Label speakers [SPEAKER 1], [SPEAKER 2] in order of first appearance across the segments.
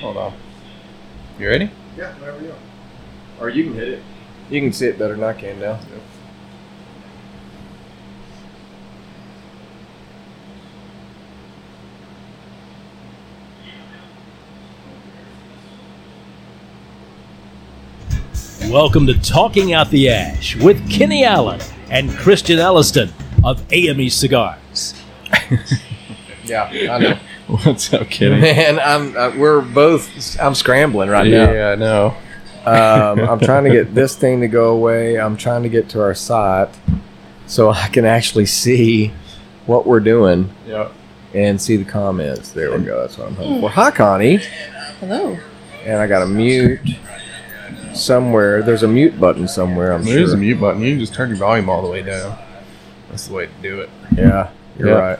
[SPEAKER 1] Hold on. You ready?
[SPEAKER 2] Yeah, whenever you are. Or you can hit it.
[SPEAKER 1] You can see it better than I can now.
[SPEAKER 3] Welcome to Talking Out the Ash with Kenny Allen and Christian Elliston of AME Cigars.
[SPEAKER 1] Yeah, I know.
[SPEAKER 4] What's up, Kenny?
[SPEAKER 1] Man, I'm uh, we're both I'm scrambling right now.
[SPEAKER 4] yeah, I know.
[SPEAKER 1] Um, I'm trying to get this thing to go away. I'm trying to get to our site so I can actually see what we're doing
[SPEAKER 4] Yeah.
[SPEAKER 1] and see the comments. There we go. That's what I'm hoping for. Hi, Connie.
[SPEAKER 5] Hello.
[SPEAKER 1] And I got a mute somewhere. There's a mute button somewhere. I'm
[SPEAKER 4] There's
[SPEAKER 1] sure.
[SPEAKER 4] a mute button. You can just turn your volume all the way down. That's the way to do it.
[SPEAKER 1] Yeah, you're
[SPEAKER 4] Yeah.
[SPEAKER 1] right.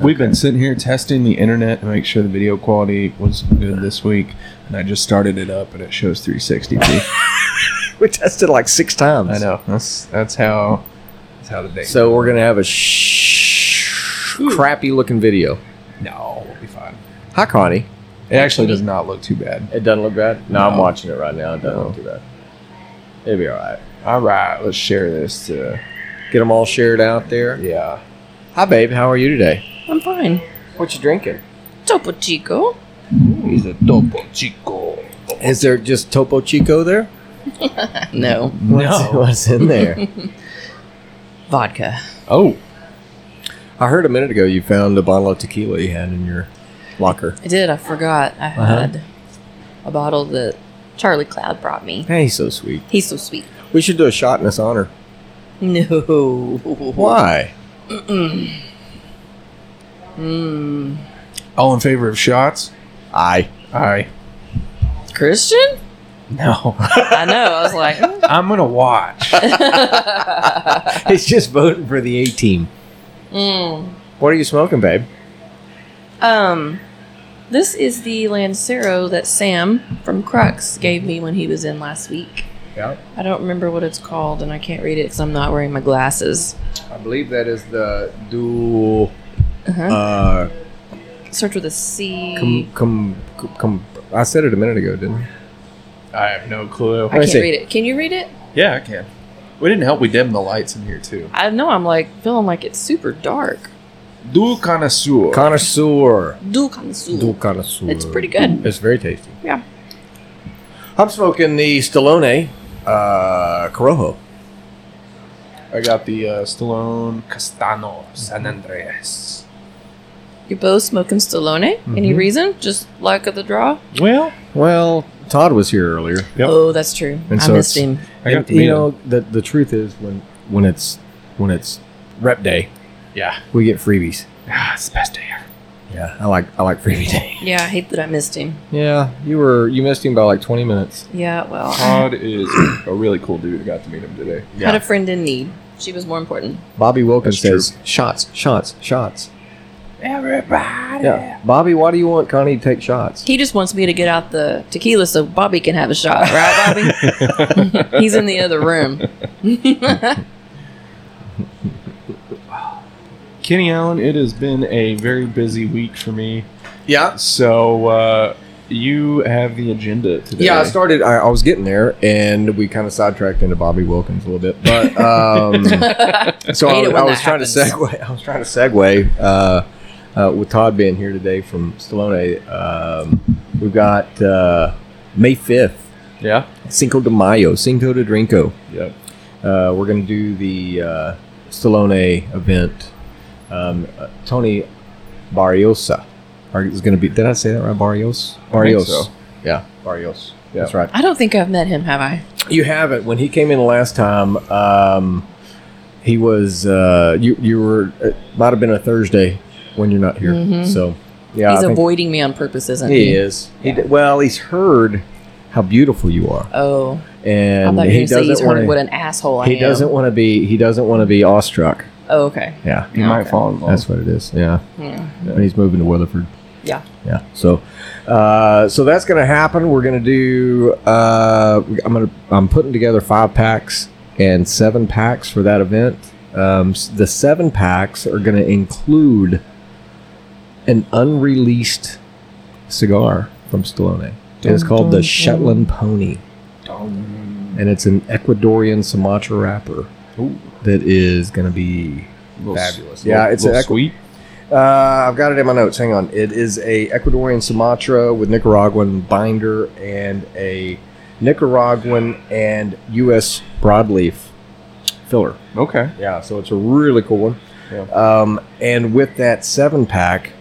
[SPEAKER 4] We've been sitting here testing the internet to make sure the video quality was good this week, and I just started it up and it shows 360p.
[SPEAKER 1] We tested like six times.
[SPEAKER 4] I know. That's that's how that's how the day.
[SPEAKER 1] So we're gonna have a sh- crappy looking video.
[SPEAKER 4] no, we'll be fine.
[SPEAKER 1] Hi, Connie.
[SPEAKER 4] It actually does not look too bad.
[SPEAKER 1] It doesn't look bad. No, I'm
[SPEAKER 4] No.
[SPEAKER 1] watching it right now. It doesn't
[SPEAKER 4] No.
[SPEAKER 1] look too bad. It'll be all right.
[SPEAKER 4] All right, let's share this. To,
[SPEAKER 1] Get them all shared out there.
[SPEAKER 4] yeah.
[SPEAKER 1] Hi, babe. How are you today?
[SPEAKER 5] I'm fine.
[SPEAKER 1] What you drinking?
[SPEAKER 5] Topo Chico.
[SPEAKER 4] He's a topo chico.
[SPEAKER 1] Is there just Topo Chico there?
[SPEAKER 5] No.
[SPEAKER 1] What's, what's in there?
[SPEAKER 5] Vodka.
[SPEAKER 4] Oh,
[SPEAKER 1] I heard a minute ago you found a bottle of tequila you had in your locker.
[SPEAKER 5] I did. I forgot. I had a bottle that Charlie Cloud brought me.
[SPEAKER 1] Hey, he's so sweet.
[SPEAKER 5] He's so sweet.
[SPEAKER 1] We should do a shot in his honor.
[SPEAKER 5] No.
[SPEAKER 1] Why?
[SPEAKER 5] Mm.
[SPEAKER 4] all in favor of shots?
[SPEAKER 1] I.
[SPEAKER 4] Aye.
[SPEAKER 5] Christian?
[SPEAKER 4] No,
[SPEAKER 5] I know. I was like, mm.
[SPEAKER 4] I'm gonna watch.
[SPEAKER 1] It's just voting for the A team.
[SPEAKER 5] Mm.
[SPEAKER 1] What are you smoking, babe?
[SPEAKER 5] um, this is the Lancero that Sam from Crux gave me when he was in last week.
[SPEAKER 1] Yeah,
[SPEAKER 5] I don't remember what it's called, and I can't read it because I'm not wearing my glasses.
[SPEAKER 1] I believe that is the dual.
[SPEAKER 5] Uh-huh.
[SPEAKER 1] Uh,
[SPEAKER 5] Starts with a C.
[SPEAKER 1] com, com, com, com, I said it a minute ago, didn't I?
[SPEAKER 4] I have no clue.
[SPEAKER 5] I
[SPEAKER 1] me
[SPEAKER 5] can't
[SPEAKER 1] see.
[SPEAKER 5] read it. Can you read it?
[SPEAKER 4] Yeah, I can. We didn't help. We dim the lights in here too.
[SPEAKER 5] I know I'm like feeling like it's super dark.
[SPEAKER 4] Dual connoisseur.
[SPEAKER 1] Connoisseur.
[SPEAKER 5] Du kannst
[SPEAKER 1] Dual
[SPEAKER 5] du.
[SPEAKER 1] connoisseur.
[SPEAKER 5] It's pretty good.
[SPEAKER 1] It's very tasty.
[SPEAKER 5] Yeah.
[SPEAKER 1] I'm smoking the Stallone uh, Corojo.
[SPEAKER 4] I got the uh, Stallone Castano San Andreas.
[SPEAKER 5] You're both smoking Stallone.
[SPEAKER 1] Mm-hmm.
[SPEAKER 5] Any reason? Just luck of the draw.
[SPEAKER 4] Well,
[SPEAKER 1] Well, Todd was here earlier.
[SPEAKER 4] Yep.
[SPEAKER 5] Oh, that's true.
[SPEAKER 1] And
[SPEAKER 5] I
[SPEAKER 1] so
[SPEAKER 5] missed
[SPEAKER 1] it's-
[SPEAKER 5] him.
[SPEAKER 4] I got
[SPEAKER 1] And,
[SPEAKER 4] to
[SPEAKER 1] you
[SPEAKER 4] meet
[SPEAKER 1] know, the, uh, the truth is when, when it's when it's rep day,
[SPEAKER 4] yeah,
[SPEAKER 1] we get freebies.
[SPEAKER 4] ah, it's the best day ever.
[SPEAKER 1] Yeah, I like I like freebie day.
[SPEAKER 5] Yeah, I hate that I missed him.
[SPEAKER 1] Yeah, you were you missed him by like 20 minutes.
[SPEAKER 5] Yeah, well, I
[SPEAKER 4] Todd is a really cool dude. I got to meet him today.
[SPEAKER 5] had a friend in need. She was more important.
[SPEAKER 1] Bobby Wilkins
[SPEAKER 4] That's
[SPEAKER 1] says shots, shots, shots.
[SPEAKER 4] Everybody.
[SPEAKER 1] Yeah, Bobby, why do you want Connie to take shots?
[SPEAKER 5] He just wants me to get out the tequila so Bobby can have a shot, right, Bobby? He's in the other room.
[SPEAKER 4] Kenny Allen, it has been a very busy week for me.
[SPEAKER 1] Yeah,
[SPEAKER 4] So uh, you have the agenda today.
[SPEAKER 1] Yeah, I started. I, I was getting there, and we kind of sidetracked into Bobby Wilkins a little bit. But um, so I,
[SPEAKER 5] Hate it when
[SPEAKER 1] I
[SPEAKER 5] that
[SPEAKER 1] was trying to
[SPEAKER 5] happens.
[SPEAKER 1] segue. I was trying to segue uh, uh, with Todd being here today from Stallone. Um, we've got uh, May fifth,
[SPEAKER 4] yeah.
[SPEAKER 1] Cinco de Mayo, Cinco de Drinko.
[SPEAKER 4] Yep.
[SPEAKER 1] Uh, we're going to do the uh, Stallone event. Um, uh, Tony Barriosa are- is going to be. Did I say that right? Barrios. Barrios.
[SPEAKER 4] so.
[SPEAKER 1] Yeah, Barrios.
[SPEAKER 4] Yeah.
[SPEAKER 1] That's right.
[SPEAKER 5] I don't think I've met him, have I?
[SPEAKER 1] You haven't. When he came in last time, um, he was uh, you. You were it might have been a Thursday when you're not here.
[SPEAKER 5] Mhm.
[SPEAKER 1] So yeah,
[SPEAKER 5] He's
[SPEAKER 1] I think
[SPEAKER 5] avoiding me on purpose, isn't he?
[SPEAKER 1] he is. He d well, he's heard how beautiful you are,
[SPEAKER 5] Oh, I
[SPEAKER 1] and
[SPEAKER 5] thought you were
[SPEAKER 1] he
[SPEAKER 5] going to say he's
[SPEAKER 1] doesn't
[SPEAKER 5] heard
[SPEAKER 1] want
[SPEAKER 5] what
[SPEAKER 1] to.
[SPEAKER 5] an asshole I
[SPEAKER 1] He
[SPEAKER 5] am.
[SPEAKER 1] doesn't want to be. He doesn't want to be awestruck.
[SPEAKER 5] Oh, okay. Hmm.
[SPEAKER 1] Yeah,
[SPEAKER 4] You
[SPEAKER 5] Yeah,
[SPEAKER 4] might
[SPEAKER 5] okay.
[SPEAKER 4] fall in love.
[SPEAKER 1] that's what it is. Yeah,
[SPEAKER 5] Yeah.
[SPEAKER 1] and he's moving to Weatherford.
[SPEAKER 5] Yeah.
[SPEAKER 1] Yeah. So, uh, so that's going to happen. We're going to do. Uh, I'm going to. I'm putting together five packs and seven packs for that event. Um, s- the seven packs are going to include an unreleased cigar from Stallone. And it's called The Shetland Pony. And it's an Ecuadorian Sumatra wrapper
[SPEAKER 4] Ooh.
[SPEAKER 1] that is going to be
[SPEAKER 4] Little s-
[SPEAKER 1] fabulous. Yeah,
[SPEAKER 4] little-
[SPEAKER 1] it's an
[SPEAKER 4] little
[SPEAKER 1] Ecu-
[SPEAKER 4] sweet.
[SPEAKER 1] Uh, I've got it in my notes. Hang on. It is a Ecuadorian Sumatra with Nicaraguan binder and a Nicaraguan and U.S. broadleaf filler.
[SPEAKER 4] Okay.
[SPEAKER 1] Yeah, so it's a really cool one.
[SPEAKER 4] Yeah.
[SPEAKER 1] Um, and with that seven pack,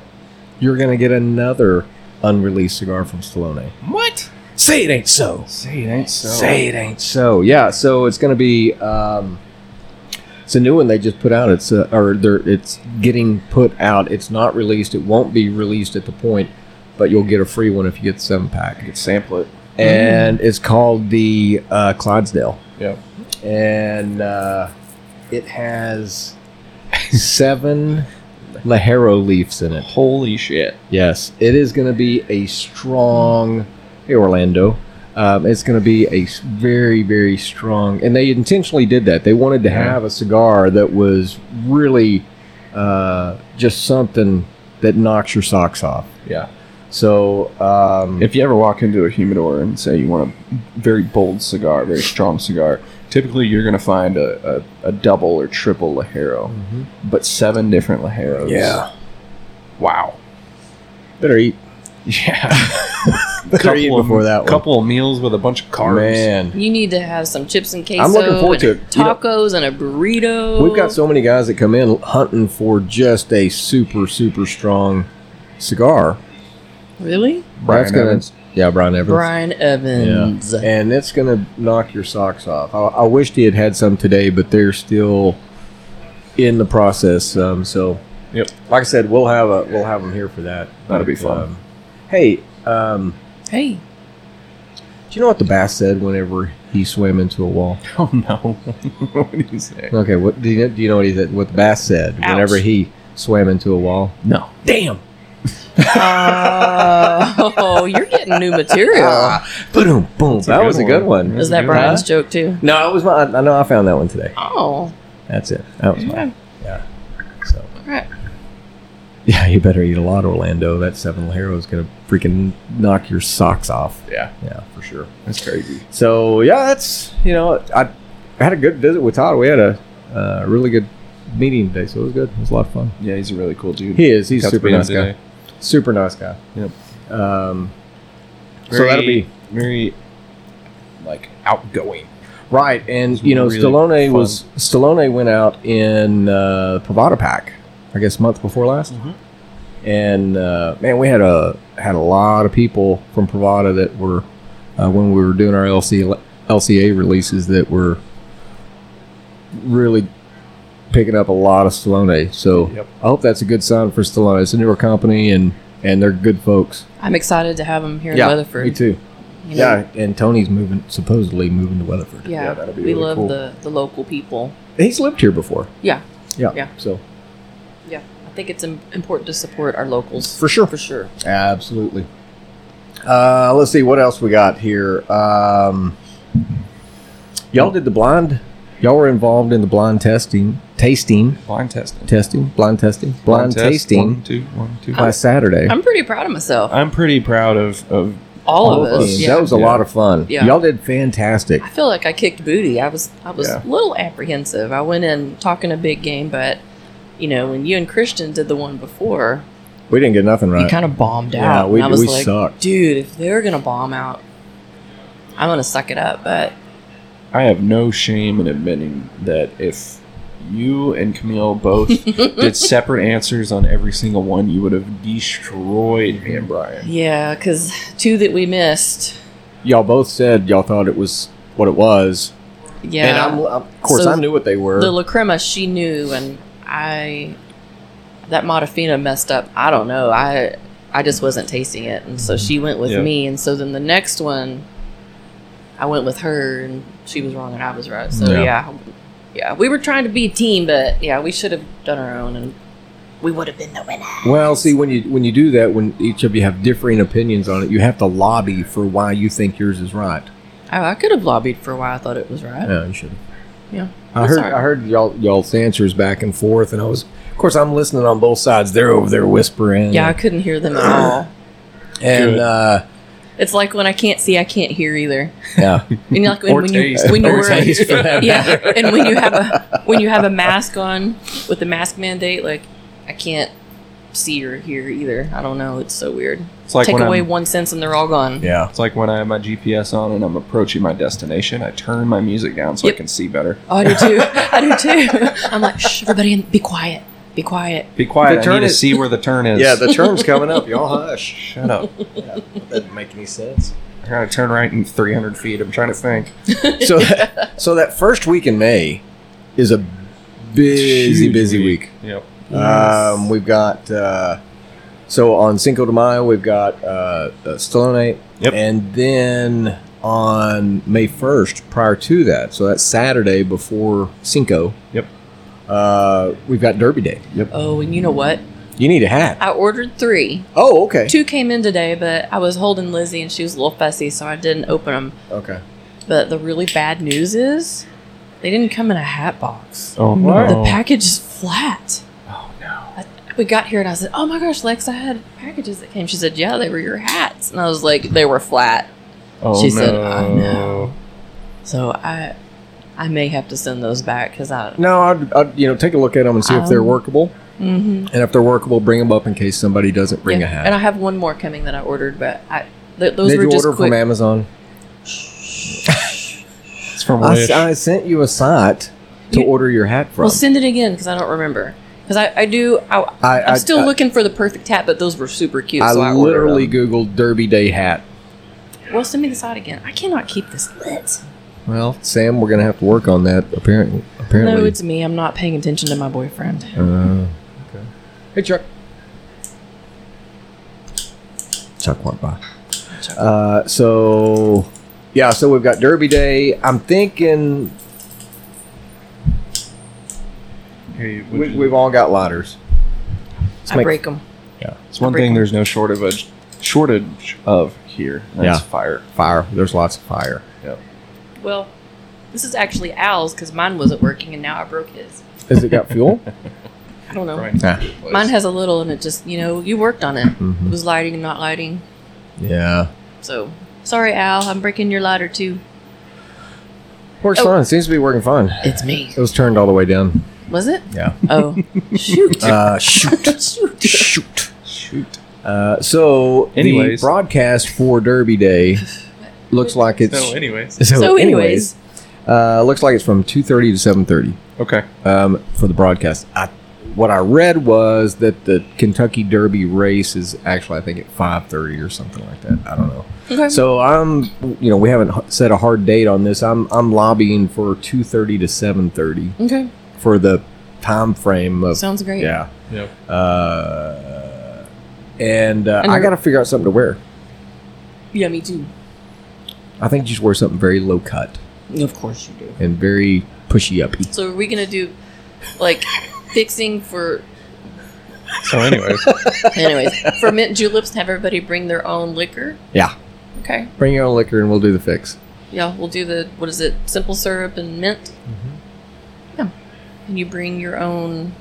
[SPEAKER 1] you're going to get another unreleased cigar from Stallone.
[SPEAKER 4] What?
[SPEAKER 1] Say it ain't so.
[SPEAKER 4] Say it ain't so.
[SPEAKER 1] Say it ain't so. Yeah, so it's going to be. Um, it's a new one they just put out. It's uh, or they're, it's getting put out. It's not released. It won't be released at the point, but you'll get a free one if you get the seven pack.
[SPEAKER 4] could sample it.
[SPEAKER 1] And it's called the uh, Clydesdale
[SPEAKER 4] Yeah.
[SPEAKER 1] and uh, it has seven Lajero leaves in it.
[SPEAKER 4] Holy shit.
[SPEAKER 1] Yes, it is going to be a strong. Hey, Orlando. Um, it's going to be a s- very, very strong. And they intentionally did that. They wanted to
[SPEAKER 4] Yeah.
[SPEAKER 1] have a cigar that was really uh, just something that knocks your socks off.
[SPEAKER 4] Yeah.
[SPEAKER 1] So, um,
[SPEAKER 4] If you ever walk into a humidor and say you want a very bold cigar, very strong cigar, typically you're going to find a, a, a double or triple Lajero,
[SPEAKER 1] Mhm.
[SPEAKER 4] but seven different Lajeros.
[SPEAKER 1] Yeah.
[SPEAKER 4] Wow.
[SPEAKER 1] better eat.
[SPEAKER 4] Yeah.
[SPEAKER 1] Better eat before that one.
[SPEAKER 4] Couple of meals with a bunch of carbs.
[SPEAKER 1] Man.
[SPEAKER 5] You need to have some chips and queso.
[SPEAKER 1] I'm looking forward
[SPEAKER 5] and
[SPEAKER 1] to it. You know-
[SPEAKER 5] Tacos and a burrito.
[SPEAKER 1] We've got so many guys that come in hunting for just a super super strong cigar.
[SPEAKER 5] Really?
[SPEAKER 4] Brian
[SPEAKER 1] That's gonna,
[SPEAKER 4] Evans.
[SPEAKER 1] yeah, Brian Evans.
[SPEAKER 5] Brian Evans.
[SPEAKER 1] Yeah, and it's gonna knock your socks off. I, I wished he had had some today, but they're still in the process. Um, so,
[SPEAKER 4] Yep.
[SPEAKER 1] like I said, we'll have a we'll have them here for that.
[SPEAKER 4] That'll be
[SPEAKER 1] But,
[SPEAKER 4] fun.
[SPEAKER 1] um, hey, um,
[SPEAKER 5] Hey,
[SPEAKER 1] do you know what the bass said whenever he swam into a wall?
[SPEAKER 4] Oh, no. what did you say?
[SPEAKER 1] Okay, what do you do? You know what he said? What the bass said whenever
[SPEAKER 3] Ouch.
[SPEAKER 1] he swam into a wall?
[SPEAKER 4] No.
[SPEAKER 3] Damn.
[SPEAKER 5] Uh, oh, you're getting new material.
[SPEAKER 1] Ah. boom, boom. That
[SPEAKER 4] good
[SPEAKER 1] was a
[SPEAKER 4] one.
[SPEAKER 1] good one.
[SPEAKER 5] Is that
[SPEAKER 4] Huh?
[SPEAKER 5] Brian's joke too?
[SPEAKER 1] No, it was my. I know I found that one today.
[SPEAKER 5] Oh,
[SPEAKER 1] That's it. That was mine. Yeah. So
[SPEAKER 5] all right.
[SPEAKER 1] yeah, you better eat a lot, Orlando. That seven Lajero is gonna freaking knock your socks off.
[SPEAKER 4] Yeah.
[SPEAKER 1] Yeah, for sure.
[SPEAKER 4] That's crazy.
[SPEAKER 1] So yeah, that's you know I, I had a good visit with Todd. We had a uh, really good meeting today, so it was good. It was a lot of fun.
[SPEAKER 4] Yeah, he's a really cool dude.
[SPEAKER 1] He is. He's
[SPEAKER 4] Got to
[SPEAKER 1] super
[SPEAKER 4] meet him
[SPEAKER 1] nice guy.
[SPEAKER 4] today.
[SPEAKER 1] Super nice guy.
[SPEAKER 4] Yep.
[SPEAKER 1] Um, so that'll be
[SPEAKER 4] very like outgoing.
[SPEAKER 1] Right, and
[SPEAKER 4] It's
[SPEAKER 1] you know,
[SPEAKER 4] really
[SPEAKER 1] Stallone
[SPEAKER 4] fun.
[SPEAKER 1] was Stallone went out in uh, Provada Pack, I guess, month before last,
[SPEAKER 4] Mhm.
[SPEAKER 1] and uh, man, we had a had a lot of people from Provada that were uh, when we were doing our LC, LCA releases that were really picking up a lot of Stallone. So
[SPEAKER 4] Yep.
[SPEAKER 1] I hope that's a good sign for Stallone. It's a newer company, and and they're good folks.
[SPEAKER 5] I'm excited to have him here in Weatherford.
[SPEAKER 1] me too.
[SPEAKER 5] you know?
[SPEAKER 1] and Tony's moving supposedly moving to Weatherford.
[SPEAKER 5] Yeah,
[SPEAKER 4] Yeah, that'd be
[SPEAKER 5] we
[SPEAKER 4] really
[SPEAKER 5] love
[SPEAKER 4] cool.
[SPEAKER 5] the, the local people.
[SPEAKER 1] He's lived here before.
[SPEAKER 5] Yeah,
[SPEAKER 1] Yeah.
[SPEAKER 5] Yeah.
[SPEAKER 1] So
[SPEAKER 5] yeah. I think it's im- important to support our locals.
[SPEAKER 1] For sure.
[SPEAKER 5] For sure.
[SPEAKER 1] absolutely. Uh, let's see what else we got here. Um, y'all did the blind. Y'all were involved in the blind testing, tasting,
[SPEAKER 4] Blind testing.
[SPEAKER 1] testing, blind testing, blind,
[SPEAKER 4] test. One,
[SPEAKER 1] tasting
[SPEAKER 4] two, one, two.
[SPEAKER 1] by Saturday.
[SPEAKER 5] I'm pretty proud of myself.
[SPEAKER 4] I'm pretty proud of of
[SPEAKER 5] all,
[SPEAKER 1] All
[SPEAKER 5] of
[SPEAKER 1] of
[SPEAKER 5] us.
[SPEAKER 1] us.
[SPEAKER 5] Yeah.
[SPEAKER 1] That was a
[SPEAKER 4] Yeah.
[SPEAKER 1] lot of fun.
[SPEAKER 5] Yeah.
[SPEAKER 1] Y'all did fantastic.
[SPEAKER 5] I feel like I kicked booty. I was I was
[SPEAKER 4] Yeah.
[SPEAKER 5] a little apprehensive. I went in talking a big game, but you know when you and Christian did the one before,
[SPEAKER 1] We didn't get nothing
[SPEAKER 5] you
[SPEAKER 1] right.
[SPEAKER 5] kind of bombed
[SPEAKER 1] Yeah,
[SPEAKER 5] out.
[SPEAKER 1] we-
[SPEAKER 5] and I was
[SPEAKER 1] we
[SPEAKER 5] like,
[SPEAKER 1] sucked.
[SPEAKER 5] dude, if they're gonna bomb out, I'm gonna suck it up. But
[SPEAKER 4] I have no shame in admitting that if you and Camille both did separate answers on every single one, you would have destroyed me and Brian.
[SPEAKER 5] yeah, because two that we missed.
[SPEAKER 1] y'all both said y'all thought it was what it was,
[SPEAKER 5] Yeah,
[SPEAKER 1] and I'm, I'm- of course
[SPEAKER 5] So
[SPEAKER 1] I knew what they were.
[SPEAKER 5] the lacrima she knew, and I that Modafina messed up. I don't know. I I just wasn't tasting it, and so she went with
[SPEAKER 4] Yeah.
[SPEAKER 5] me, and so then the next one, I went with her, and she was wrong, and I was right. So
[SPEAKER 1] Yeah.
[SPEAKER 5] yeah, yeah, we were trying to be a team, but yeah, we should have done our own, and we would have been the winner.
[SPEAKER 1] Well, see, when you when you do that, when each of you have differing opinions on it, you have to lobby for why you think yours is right.
[SPEAKER 5] Oh, I could have lobbied for why I thought it was right.
[SPEAKER 1] No, you should.
[SPEAKER 5] Yeah.
[SPEAKER 1] I
[SPEAKER 5] That's
[SPEAKER 1] heard
[SPEAKER 5] all right.
[SPEAKER 1] I heard y'all y'all's answers back and forth, and I was, of course, I'm listening on both sides. They're over there whispering.
[SPEAKER 5] Yeah, I couldn't hear them at all.
[SPEAKER 1] and uh,
[SPEAKER 5] It's like when I can't see, I can't hear either.
[SPEAKER 1] Yeah.
[SPEAKER 5] And like when,
[SPEAKER 4] Or
[SPEAKER 5] when you
[SPEAKER 4] taste.
[SPEAKER 5] when you
[SPEAKER 4] Or
[SPEAKER 5] wear
[SPEAKER 4] taste, for that
[SPEAKER 5] yeah, and when you have a when you have a mask on with the mask mandate, like I can't see or hear either. I don't know. It's so weird.
[SPEAKER 4] It's like
[SPEAKER 5] Take
[SPEAKER 4] when
[SPEAKER 5] away
[SPEAKER 4] I'm,
[SPEAKER 5] one sense and they're all gone.
[SPEAKER 1] Yeah.
[SPEAKER 4] It's like when I have my GPS on and I'm approaching my destination. I turn my music down so
[SPEAKER 5] Yep.
[SPEAKER 4] I can see better.
[SPEAKER 5] Oh, I do too. I do too. I'm like, shh, everybody, in, be quiet, be quiet.
[SPEAKER 4] Be quiet.
[SPEAKER 1] The
[SPEAKER 4] I need
[SPEAKER 1] turn
[SPEAKER 4] to
[SPEAKER 1] is-
[SPEAKER 4] see where the turn is.
[SPEAKER 1] Yeah, the turn's coming up. Y'all hush.
[SPEAKER 4] Shut up.
[SPEAKER 1] That doesn't make any sense.
[SPEAKER 4] I gotta turn right in 300 feet. I'm trying to think.
[SPEAKER 1] So, that, so that first week in May is a busy,
[SPEAKER 4] Huge
[SPEAKER 1] busy week.
[SPEAKER 4] Yep.
[SPEAKER 1] Um, we've got uh, so on Cinco de Mayo we've got uh, uh, Stallone,
[SPEAKER 4] Yep.
[SPEAKER 1] and then on May first, prior to that, so that's Saturday before Cinco.
[SPEAKER 4] Yep.
[SPEAKER 1] Uh, we've got Derby Day. Yep.
[SPEAKER 5] Oh, and you know what?
[SPEAKER 1] You need a hat.
[SPEAKER 5] I ordered three.
[SPEAKER 1] Oh, okay.
[SPEAKER 5] Two came in today, but I was holding Lizzie and she was a little fussy, so I didn't open them.
[SPEAKER 1] Okay.
[SPEAKER 5] But the really bad news is they didn't come in a hat box.
[SPEAKER 4] Oh,
[SPEAKER 5] The
[SPEAKER 4] no.
[SPEAKER 5] package is flat.
[SPEAKER 4] oh, no.
[SPEAKER 5] I, we got here and I said, "Oh my gosh, Lex, I had packages that came." She said, "Yeah, they were your hats," and I was like, "They were flat."
[SPEAKER 4] Oh,
[SPEAKER 5] She
[SPEAKER 4] no.
[SPEAKER 5] said, "I know." So I, I may have to send those back because I.
[SPEAKER 1] No, I'd, I'd you know take a look at them and see if they're
[SPEAKER 5] Um,
[SPEAKER 1] workable,
[SPEAKER 5] Mm-hmm.
[SPEAKER 1] and if they're workable, bring them up in case somebody doesn't bring a hat.
[SPEAKER 5] And I have one more coming that I ordered, but I th- those
[SPEAKER 1] Did
[SPEAKER 5] were
[SPEAKER 1] you
[SPEAKER 5] just
[SPEAKER 1] order
[SPEAKER 5] quick.
[SPEAKER 1] from Amazon?
[SPEAKER 4] It's from
[SPEAKER 1] I,
[SPEAKER 4] Wish.
[SPEAKER 1] s- I sent you a site to
[SPEAKER 5] You-
[SPEAKER 1] order your hat from.
[SPEAKER 5] Well, send it again because I don't remember. Because I, I do. I,
[SPEAKER 1] I,
[SPEAKER 5] I'm still
[SPEAKER 1] I-
[SPEAKER 5] looking for the perfect hat, but those were super cute.
[SPEAKER 1] I
[SPEAKER 5] so I ordered um,
[SPEAKER 1] literally
[SPEAKER 5] them.
[SPEAKER 1] googled Derby Day hat.
[SPEAKER 5] Well, send me the side again. I cannot keep this lit.
[SPEAKER 1] Well, Sam, we're gonna have to work on that. Apparently, apparently.
[SPEAKER 5] No, it's me. I'm not paying attention to my boyfriend.
[SPEAKER 1] Uh, Hey, Chuck. Chuck went by. Uh, so, yeah, so we've got Derby Day. I'm thinking
[SPEAKER 4] Hey, would
[SPEAKER 1] we,
[SPEAKER 4] you-
[SPEAKER 1] we've all got lighters. Let's
[SPEAKER 5] I
[SPEAKER 1] make-
[SPEAKER 5] break them.
[SPEAKER 4] It's one
[SPEAKER 5] Every-
[SPEAKER 4] thing there's no short of a shortage of here. and That's
[SPEAKER 1] Yeah.
[SPEAKER 4] fire.
[SPEAKER 1] fire. There's lots of fire.
[SPEAKER 5] Well, this is actually Al's because mine wasn't working, and now I broke his.
[SPEAKER 1] Has it got fuel?
[SPEAKER 5] I don't know.
[SPEAKER 1] Ah.
[SPEAKER 5] Mine has a little, and it just you know you worked on it. It
[SPEAKER 1] Mhm.
[SPEAKER 5] was lighting and not lighting.
[SPEAKER 1] Yeah.
[SPEAKER 5] So sorry, Al. I'm breaking your lighter too.
[SPEAKER 1] Works
[SPEAKER 5] Oh.
[SPEAKER 1] fine. Seems to be working fine.
[SPEAKER 5] It's me.
[SPEAKER 1] It was turned all the way down.
[SPEAKER 5] Was it?
[SPEAKER 1] Yeah.
[SPEAKER 5] Oh, shoot.
[SPEAKER 1] Uh, shoot.
[SPEAKER 5] shoot.
[SPEAKER 1] shoot.
[SPEAKER 4] Shoot.
[SPEAKER 1] Uh, so,
[SPEAKER 4] Anyways.
[SPEAKER 1] the broadcast for Derby Day looks like it's.
[SPEAKER 4] So, anyways.
[SPEAKER 1] so
[SPEAKER 5] So, anyways,
[SPEAKER 1] Uh, looks like it's from 2.30 to 7.30
[SPEAKER 4] Okay.
[SPEAKER 1] um, for the broadcast. I, what I read was that the Kentucky Derby race is actually, I think, at 5.30 or something like that. I don't know.
[SPEAKER 5] okay.
[SPEAKER 1] So I'm, you know, we haven't h- set a hard date on this. I'm, I'm lobbying for 2.30 to 7.30
[SPEAKER 5] okay,
[SPEAKER 1] for the time frame of,
[SPEAKER 5] sounds great.
[SPEAKER 1] Oh, yeah.
[SPEAKER 4] Yep.
[SPEAKER 1] Uh, and uh,
[SPEAKER 5] And
[SPEAKER 1] I
[SPEAKER 5] you're-
[SPEAKER 1] got to figure out something to wear.
[SPEAKER 5] Yeah, me too.
[SPEAKER 1] I think you should wear something very low cut
[SPEAKER 5] Of course you do.
[SPEAKER 1] and very pushy uppy.
[SPEAKER 5] So are we gonna do like fixing for
[SPEAKER 4] So, anyways.
[SPEAKER 5] anyways for mint juleps? Have everybody bring their own liquor?
[SPEAKER 1] Yeah.
[SPEAKER 5] Okay.
[SPEAKER 1] Bring your own liquor and we'll do the fix.
[SPEAKER 5] Yeah, we'll do the what is it? Simple syrup and mint.
[SPEAKER 1] Mm-hmm.
[SPEAKER 5] Yeah. And you bring your own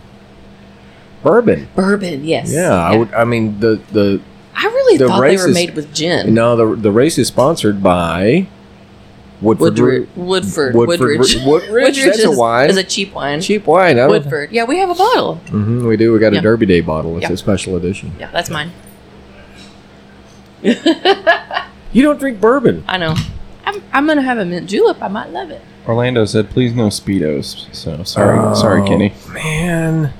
[SPEAKER 1] Bourbon.
[SPEAKER 5] bourbon. Yes.
[SPEAKER 1] Yeah, I would. I mean, the the
[SPEAKER 5] I really
[SPEAKER 1] The
[SPEAKER 5] thought they were
[SPEAKER 1] races-
[SPEAKER 5] made with gin.
[SPEAKER 1] no the the race is sponsored by Woodford
[SPEAKER 5] Woodru-
[SPEAKER 1] Bre-
[SPEAKER 5] Woodford.
[SPEAKER 1] Woodford
[SPEAKER 5] Woodridge.
[SPEAKER 1] Bre- Woodridge. That's
[SPEAKER 5] is,
[SPEAKER 1] a wine.
[SPEAKER 5] is a cheap wine.
[SPEAKER 1] cheap wine. I don't-
[SPEAKER 5] Woodford. Yeah, we have a bottle.
[SPEAKER 1] Mhm, we do. We got
[SPEAKER 5] Yeah.
[SPEAKER 1] a Derby Day bottle. It's
[SPEAKER 5] Yeah.
[SPEAKER 1] a special edition.
[SPEAKER 5] Yeah, that's mine.
[SPEAKER 1] You don't drink bourbon.
[SPEAKER 5] I know. I'm, I'm gonna have a mint julep. I might love it.
[SPEAKER 4] Orlando said, please no Speedos. So, sorry. sorry,
[SPEAKER 1] Oh,
[SPEAKER 4] Kenny.
[SPEAKER 1] Man,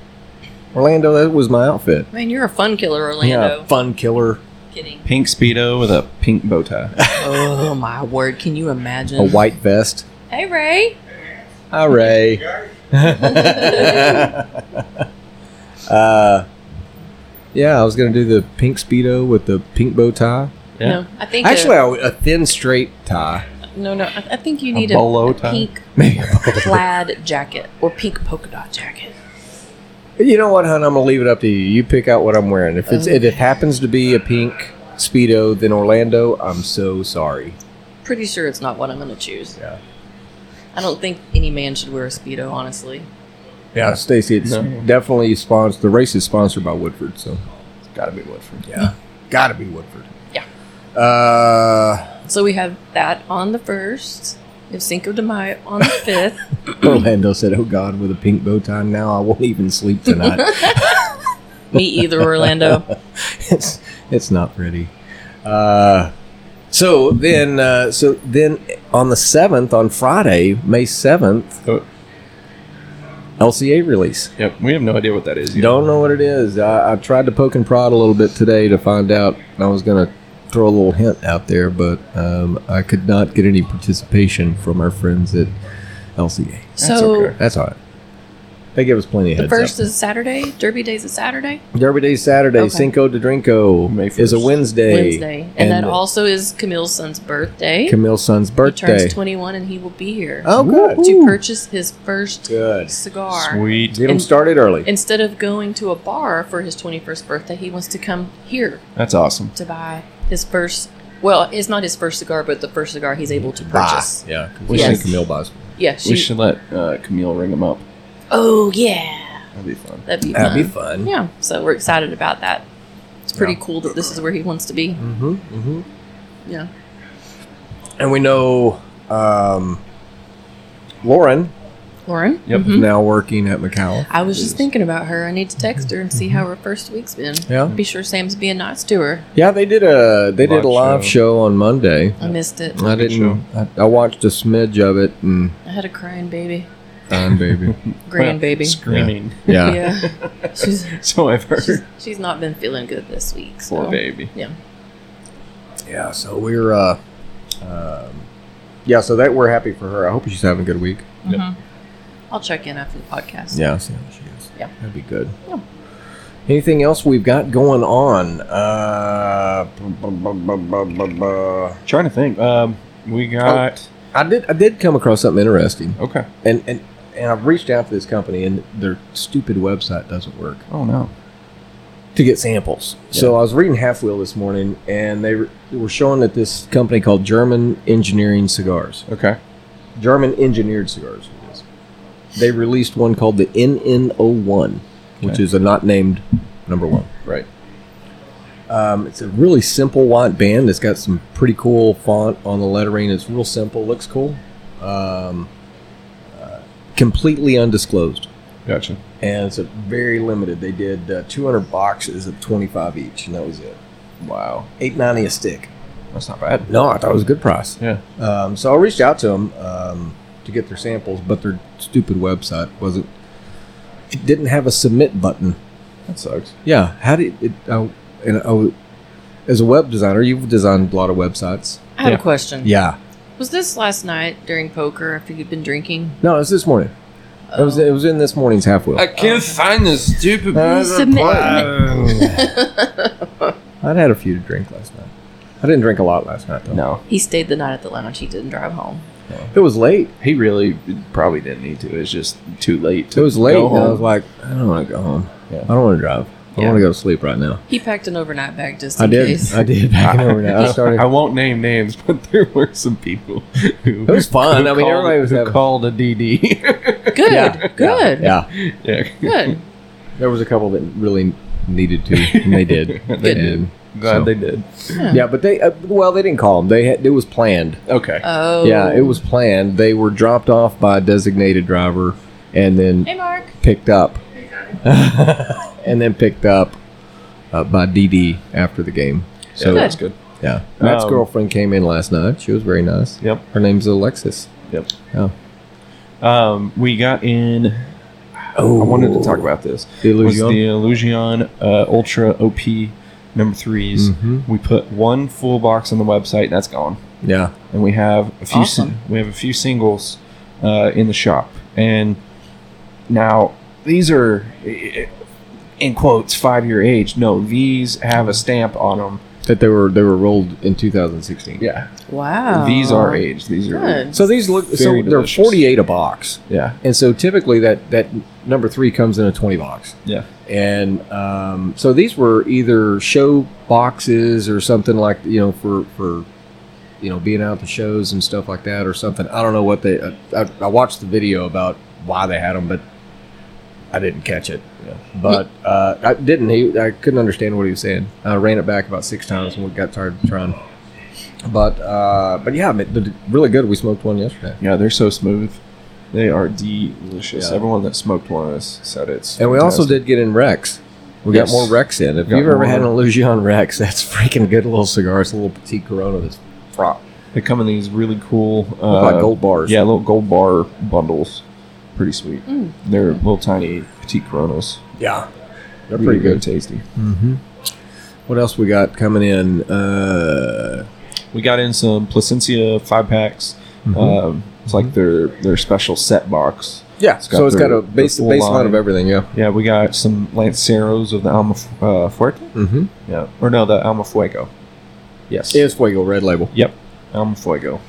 [SPEAKER 1] Orlando, that was my outfit.
[SPEAKER 5] Man, you're a fun killer, Orlando.
[SPEAKER 1] Yeah, fun killer.
[SPEAKER 5] Kidding.
[SPEAKER 4] Pink Speedo with a pink bow tie.
[SPEAKER 5] Oh my word! Can you imagine?
[SPEAKER 1] A white vest.
[SPEAKER 5] Hey Ray.
[SPEAKER 1] Hooray. uh, yeah, I was gonna do the pink speedo with the pink bow tie.
[SPEAKER 4] Yeah.
[SPEAKER 5] No, I think
[SPEAKER 1] Actually,
[SPEAKER 5] a,
[SPEAKER 1] I would- a thin straight tie.
[SPEAKER 5] no, no. I, I think you need a,
[SPEAKER 4] bolo
[SPEAKER 5] a
[SPEAKER 4] tie?
[SPEAKER 5] pink
[SPEAKER 1] Maybe.
[SPEAKER 5] plaid jacket or pink polka dot jacket.
[SPEAKER 1] You know what, hon? I'm gonna leave it up to you. You pick out what I'm wearing. If it's if it
[SPEAKER 5] Okay.
[SPEAKER 1] happens to be a pink speedo, then Orlando, I'm so sorry.
[SPEAKER 5] Pretty sure it's not what I'm gonna choose.
[SPEAKER 1] Yeah.
[SPEAKER 5] I don't think any man should wear a speedo, honestly.
[SPEAKER 1] Yeah, Uh, Stacy, it's
[SPEAKER 4] No.
[SPEAKER 1] definitely sponsored. The race is sponsored by Woodford, so
[SPEAKER 4] It's gotta be Woodford.
[SPEAKER 1] yeah, gotta be Woodford.
[SPEAKER 5] Yeah.
[SPEAKER 1] Uh,
[SPEAKER 5] So we have that on the first. We have Cinco de Mayo on the fifth.
[SPEAKER 1] Orlando said, "Oh God, with a pink bow tie now, I won't even sleep tonight."
[SPEAKER 5] Me either, Orlando.
[SPEAKER 1] it's it's not pretty. Uh, so then, uh, so then on the seventh, on Friday, May seventh,
[SPEAKER 4] Oh.
[SPEAKER 1] LCA release.
[SPEAKER 4] Yep, we have no idea what that is. yet.
[SPEAKER 1] Don't know what it is. I, I tried to poke and prod a little bit today to find out. I was gonna throw a little hint out there, but um, I could not get any participation from our friends at LCA.
[SPEAKER 5] So
[SPEAKER 4] okay.
[SPEAKER 1] That's all right. They give us plenty of
[SPEAKER 5] the
[SPEAKER 1] heads
[SPEAKER 5] first
[SPEAKER 1] up.
[SPEAKER 5] is Saturday. Derby Day's a Saturday.
[SPEAKER 1] Derby Day Saturday,
[SPEAKER 5] Okay.
[SPEAKER 1] Cinco de
[SPEAKER 4] May
[SPEAKER 1] Drinko is a
[SPEAKER 4] 1st.
[SPEAKER 1] Wednesday.
[SPEAKER 5] Wednesday. And, that
[SPEAKER 1] the-
[SPEAKER 5] also is Camille's son's birthday.
[SPEAKER 1] Camille's son's birthday.
[SPEAKER 5] He turns 21 and he will be here
[SPEAKER 1] Oh, good.
[SPEAKER 5] to purchase his first
[SPEAKER 1] Good.
[SPEAKER 5] cigar.
[SPEAKER 4] Sweet.
[SPEAKER 1] Get them
[SPEAKER 5] And-
[SPEAKER 1] started early.
[SPEAKER 5] Instead of going to a bar for his 21st birthday, he wants to come here
[SPEAKER 4] That's awesome.
[SPEAKER 5] to buy his first. Well, it's not his first cigar, but the first cigar he's able to purchase.
[SPEAKER 1] Yeah.
[SPEAKER 4] We
[SPEAKER 5] Yes.
[SPEAKER 4] should-
[SPEAKER 1] Camille buys.
[SPEAKER 5] Yeah, she,
[SPEAKER 4] We should let uh, Camille ring him up.
[SPEAKER 5] Oh yeah,
[SPEAKER 4] That'd be fun.
[SPEAKER 5] that'd be
[SPEAKER 1] That'd be
[SPEAKER 5] fun.
[SPEAKER 1] fun.
[SPEAKER 5] Yeah, so we're excited about that. It's pretty
[SPEAKER 1] Yeah.
[SPEAKER 5] cool that this is where he wants to be.
[SPEAKER 1] Mm-hmm. Mm-hmm.
[SPEAKER 5] Yeah.
[SPEAKER 1] And we know um, Lauren
[SPEAKER 5] Lauren?
[SPEAKER 4] Yep.
[SPEAKER 1] is
[SPEAKER 5] Mhm.
[SPEAKER 1] now working at McAllen.
[SPEAKER 5] I was just thinking about her. I need to text her and see how her first week's been.
[SPEAKER 1] Yeah.
[SPEAKER 5] Be sure Sam's being nice to her.
[SPEAKER 1] Yeah, they did a they did
[SPEAKER 4] Live
[SPEAKER 1] a live
[SPEAKER 4] show.
[SPEAKER 1] show on Monday.
[SPEAKER 5] I missed it.
[SPEAKER 1] I didn't. I, I watched a smidge of it and
[SPEAKER 5] I had a crying baby.
[SPEAKER 1] fine, baby.
[SPEAKER 5] Grandbaby.
[SPEAKER 4] Screaming.
[SPEAKER 1] Yeah.
[SPEAKER 5] Yeah. she's,
[SPEAKER 4] So I've heard.
[SPEAKER 5] she's she's not been feeling good this week. So.
[SPEAKER 4] Poor baby.
[SPEAKER 1] Yeah, so we're uh um, yeah, so that we're happy for her. I hope she's having a good week.
[SPEAKER 5] Mhm. I'll check in after the podcast.
[SPEAKER 1] Yeah, see how she is.
[SPEAKER 5] Yeah.
[SPEAKER 1] That'd be good.
[SPEAKER 5] Yeah.
[SPEAKER 1] Anything else we've got going on? Uh bu- bu- bu- bu- bu- bu- bu-
[SPEAKER 4] Trying to think. Um, we got.
[SPEAKER 1] I did I did come across something interesting.
[SPEAKER 4] Okay.
[SPEAKER 1] And and and I've reached out to this company and their stupid website doesn't work.
[SPEAKER 4] Oh no.
[SPEAKER 1] to get samples. So I was reading Half Wheel this morning, and they were, they were showing that this company called German Engineering Cigars,
[SPEAKER 4] Okay.
[SPEAKER 1] German Engineered Cigars, it is. they released one called the NN01, which
[SPEAKER 4] Okay.
[SPEAKER 1] is a not named number one.
[SPEAKER 4] Right.
[SPEAKER 1] Um, it's a really simple white band. It's got some pretty cool font on the lettering. It's real simple, looks cool. Um, uh, completely undisclosed.
[SPEAKER 4] Gotcha.
[SPEAKER 1] And it's a very limited. They did uh, 200 boxes of 25 each, and that was it.
[SPEAKER 4] Wow.
[SPEAKER 1] eight ninety a stick.
[SPEAKER 4] That's not bad.
[SPEAKER 1] No, I thought it was a good price.
[SPEAKER 4] Yeah.
[SPEAKER 1] Um, so I reached out to them um, to get their samples, but their stupid website wasn't. It didn't have a submit button.
[SPEAKER 4] That sucks.
[SPEAKER 1] Yeah, how did it? I, and I, as a web designer, you've designed a lot of websites.
[SPEAKER 5] I have
[SPEAKER 4] Yeah.
[SPEAKER 5] a question.
[SPEAKER 1] Yeah.
[SPEAKER 5] Was this last night during poker after you'd been drinking?
[SPEAKER 1] No, it was this morning. It was it was in this morning's half wheel.
[SPEAKER 4] can't find this stupid.
[SPEAKER 5] Submit-
[SPEAKER 4] Uh,
[SPEAKER 1] I'd had a few to drink last night. I didn't drink a lot last night though.
[SPEAKER 4] No,
[SPEAKER 5] He stayed the night at the lounge. He didn't drive home.
[SPEAKER 1] It was late.
[SPEAKER 4] he really probably didn't need to. It's just too late. To
[SPEAKER 1] It was late.
[SPEAKER 4] go
[SPEAKER 1] and I
[SPEAKER 4] home.
[SPEAKER 1] was like, I don't want to go home.
[SPEAKER 4] Yeah.
[SPEAKER 1] I don't want to drive. I
[SPEAKER 5] Yeah.
[SPEAKER 1] want to go to sleep right now.
[SPEAKER 5] He packed an overnight bag just
[SPEAKER 1] I
[SPEAKER 5] in
[SPEAKER 1] did.
[SPEAKER 5] case.
[SPEAKER 1] I did back in overnight. I started.
[SPEAKER 4] I won't name names, but there were some people who
[SPEAKER 1] It was fun.
[SPEAKER 4] who
[SPEAKER 1] I mean,
[SPEAKER 4] called-
[SPEAKER 1] everybody was
[SPEAKER 4] who
[SPEAKER 1] having-
[SPEAKER 4] called a DD.
[SPEAKER 5] Good.
[SPEAKER 1] Yeah.
[SPEAKER 5] Good.
[SPEAKER 1] Yeah,
[SPEAKER 4] yeah,
[SPEAKER 5] Good.
[SPEAKER 1] there was a couple that really needed to, and they did.
[SPEAKER 4] They
[SPEAKER 5] Good.
[SPEAKER 4] did.
[SPEAKER 1] And
[SPEAKER 4] glad
[SPEAKER 1] so-
[SPEAKER 4] they did.
[SPEAKER 1] Yeah, but they uh, well, they didn't call them. They had, it was planned.
[SPEAKER 4] Okay,
[SPEAKER 5] Oh.
[SPEAKER 1] Yeah, it was planned. They were dropped off by a designated driver, and then
[SPEAKER 5] Hey, Mark.
[SPEAKER 1] picked up, and then picked up uh, by DD after the game. So
[SPEAKER 4] so
[SPEAKER 5] Good.
[SPEAKER 4] that's good.
[SPEAKER 1] yeah, Matt's
[SPEAKER 4] Um,
[SPEAKER 1] girlfriend came in last night. She was very nice.
[SPEAKER 4] Yep,
[SPEAKER 1] Her name's Alexis.
[SPEAKER 4] yep.
[SPEAKER 1] Oh,
[SPEAKER 4] Um, we got in. I wanted to talk about this.
[SPEAKER 1] the
[SPEAKER 4] was
[SPEAKER 1] illusion.
[SPEAKER 4] the Illusion uh, Ultra OP number 3s
[SPEAKER 1] Mhm.
[SPEAKER 4] We put one full box on the website. and That's gone,
[SPEAKER 1] yeah,
[SPEAKER 4] and we have a few.
[SPEAKER 5] Awesome.
[SPEAKER 4] we have a few singles uh, in the shop, and now these are eh, in quotes five year age. No, these have a stamp on them.
[SPEAKER 1] that they were they were rolled in 2016.
[SPEAKER 4] Yeah,
[SPEAKER 5] Wow.
[SPEAKER 4] these are aged. These are
[SPEAKER 5] Oh. Good.
[SPEAKER 1] So these look so
[SPEAKER 4] Very
[SPEAKER 1] they're
[SPEAKER 4] delicious.
[SPEAKER 1] 48 a box.
[SPEAKER 4] yeah,
[SPEAKER 1] And so typically that that number 3 comes in a 20 box.
[SPEAKER 4] yeah.
[SPEAKER 1] And um, so these were either show boxes or something like, you know, for for you know, being out to shows and stuff like that or something. I don't know what they I, I, I watched the video about why they had them but I didn't catch it. But uh, I didn't he I couldn't understand what he was saying. I ran it back about 6 times and got tired of trying. But uh, but yeah, I mean, they're really good. We smoked one yesterday,
[SPEAKER 4] Yeah, they're so smooth. They are delicious.
[SPEAKER 1] Yeah.
[SPEAKER 4] Everyone that smoked one of us said it's.
[SPEAKER 1] and we also
[SPEAKER 4] fantastic.
[SPEAKER 1] did get in Rex. We
[SPEAKER 4] Yes.
[SPEAKER 1] got more Rex in. If
[SPEAKER 4] Got
[SPEAKER 1] you've ever had an
[SPEAKER 4] more.
[SPEAKER 1] Illusion Rex, that's freaking good little cigar. It's a little petite Corona that's fraught.
[SPEAKER 4] They come in these really cool. Uh,
[SPEAKER 1] Look like gold bars.
[SPEAKER 4] Yeah, little gold bar bundles. Pretty sweet.
[SPEAKER 5] Mm.
[SPEAKER 4] They're little tiny petite Coronas.
[SPEAKER 1] yeah, they're
[SPEAKER 4] Really
[SPEAKER 1] pretty
[SPEAKER 4] good,
[SPEAKER 1] good.
[SPEAKER 4] tasty.
[SPEAKER 1] Mm-hmm. What else we got coming in? Uh,
[SPEAKER 4] We got in some Placencia five packs. Um, it's like their their special set box.
[SPEAKER 1] yeah,
[SPEAKER 4] it's got
[SPEAKER 1] so it's got
[SPEAKER 4] their-
[SPEAKER 1] a base
[SPEAKER 4] the full
[SPEAKER 1] baseline
[SPEAKER 4] line.
[SPEAKER 1] of everything. Yeah.
[SPEAKER 4] Yeah, we got some Lanceros of the Alma uh, Fuerte.
[SPEAKER 1] Mm-hmm.
[SPEAKER 4] Yeah, or no, the Alma Fuego. Yes.
[SPEAKER 1] It's Fuego Red Label.
[SPEAKER 4] yep. Alma Fuego.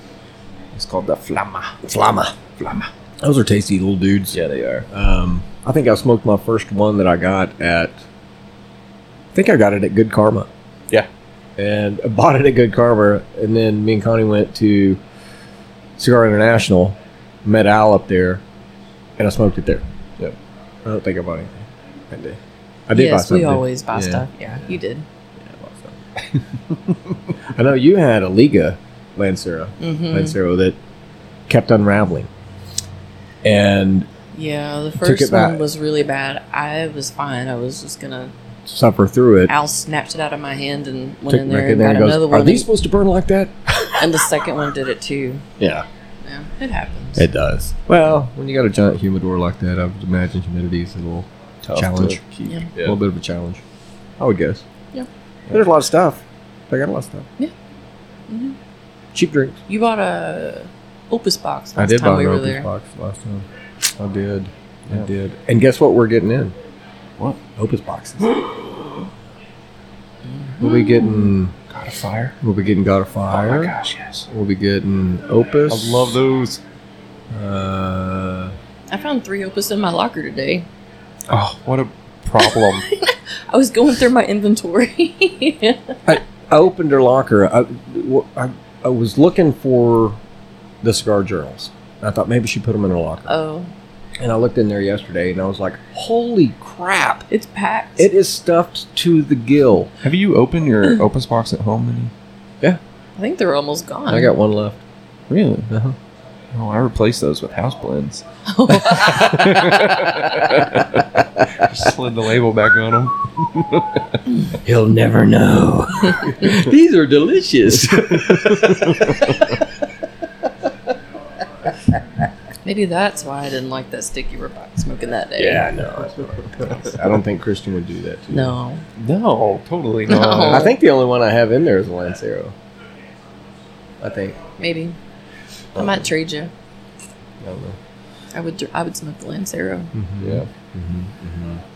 [SPEAKER 4] It's called the Flama.
[SPEAKER 1] Flama.
[SPEAKER 4] Flama.
[SPEAKER 1] Those are tasty little dudes.
[SPEAKER 4] Yeah, they are.
[SPEAKER 1] Um, I think I smoked my first one that I got at. I think I got it at Good Karma.
[SPEAKER 4] Yeah.
[SPEAKER 1] And I bought it at Good Karma, and then me and Connie went to Cigar International, met Al up there, and I smoked it there.
[SPEAKER 4] Yep.
[SPEAKER 1] I don't think I bought anything that day. I did buy
[SPEAKER 5] yes,
[SPEAKER 1] something.
[SPEAKER 5] we always buy
[SPEAKER 1] Yeah.
[SPEAKER 5] stuff. Yeah, you did.
[SPEAKER 1] Yeah, I, bought something. I know you had a Liga Lancero,
[SPEAKER 5] hmm
[SPEAKER 1] Lancero that kept unraveling. And
[SPEAKER 5] Yeah, the
[SPEAKER 1] it
[SPEAKER 5] first one
[SPEAKER 1] back.
[SPEAKER 5] was really bad. I was fine. I was just gonna.
[SPEAKER 1] suffer through it.
[SPEAKER 5] Al snapped it out of my hand and went
[SPEAKER 1] Took
[SPEAKER 5] in
[SPEAKER 1] it
[SPEAKER 5] there
[SPEAKER 1] back
[SPEAKER 5] and
[SPEAKER 1] in there
[SPEAKER 5] got
[SPEAKER 1] and goes,
[SPEAKER 5] another
[SPEAKER 1] Are
[SPEAKER 5] one.
[SPEAKER 1] these supposed to burn like that?
[SPEAKER 5] and the second one did it too.
[SPEAKER 1] Yeah,
[SPEAKER 5] Yeah, it happens.
[SPEAKER 1] it does. Well, when you got a giant humidor like that, I would imagine humidity is a little,
[SPEAKER 4] Tough
[SPEAKER 1] Challenge.
[SPEAKER 4] to keep.
[SPEAKER 5] Yeah.
[SPEAKER 1] little bit of a challenge. I would guess.
[SPEAKER 5] Yeah.
[SPEAKER 1] There's a lot of stuff. They got a lot of stuff.
[SPEAKER 5] Yeah. Mhm.
[SPEAKER 1] Cheap drinks.
[SPEAKER 5] You bought a opus box
[SPEAKER 1] I
[SPEAKER 5] last
[SPEAKER 1] did
[SPEAKER 5] time
[SPEAKER 1] buy
[SPEAKER 5] we
[SPEAKER 1] an
[SPEAKER 5] were
[SPEAKER 1] open
[SPEAKER 5] there.
[SPEAKER 1] box last time. I did. I
[SPEAKER 4] Yeah.
[SPEAKER 1] did. And guess what we're getting in?
[SPEAKER 4] What?
[SPEAKER 1] Opus boxes. we'll
[SPEAKER 5] Mm-hmm.
[SPEAKER 1] be getting
[SPEAKER 4] Got a fire.
[SPEAKER 1] we'll be getting God of Fire.
[SPEAKER 4] Oh my gosh, yes.
[SPEAKER 1] We'll be getting Opus.
[SPEAKER 4] I love those.
[SPEAKER 1] Uh,
[SPEAKER 5] I found three opus in my locker today.
[SPEAKER 4] Oh, what a problem.
[SPEAKER 5] I was going through my inventory.
[SPEAKER 1] I opened her locker. I, w- I- I was looking for the cigar journals. I thought maybe she put them in her locker.
[SPEAKER 5] oh,
[SPEAKER 1] and I looked in there yesterday and I was like, holy crap.
[SPEAKER 5] it's packed.
[SPEAKER 1] It is stuffed to the gill.
[SPEAKER 4] Have you opened your Opus box at home? Any?
[SPEAKER 5] I think they're almost gone.
[SPEAKER 1] I got one left.
[SPEAKER 4] Really?
[SPEAKER 1] Uh-huh.
[SPEAKER 4] Oh, I replaced those with house blends. Just slid the label back on them.
[SPEAKER 1] He'll never know. These are delicious.
[SPEAKER 5] Maybe that's why I didn't like that sticky rib box smoking that day.
[SPEAKER 1] yeah, no. I don't think Christian would do that. To you.
[SPEAKER 5] No.
[SPEAKER 4] No, totally
[SPEAKER 5] No.
[SPEAKER 4] not.
[SPEAKER 1] I think the only one I have in there is a Lancero. I think.
[SPEAKER 5] Maybe. I might trade
[SPEAKER 1] I
[SPEAKER 5] you.
[SPEAKER 1] don't know.
[SPEAKER 5] I would. I would smoke the Lancero.
[SPEAKER 1] Mm-hmm.
[SPEAKER 4] Yeah.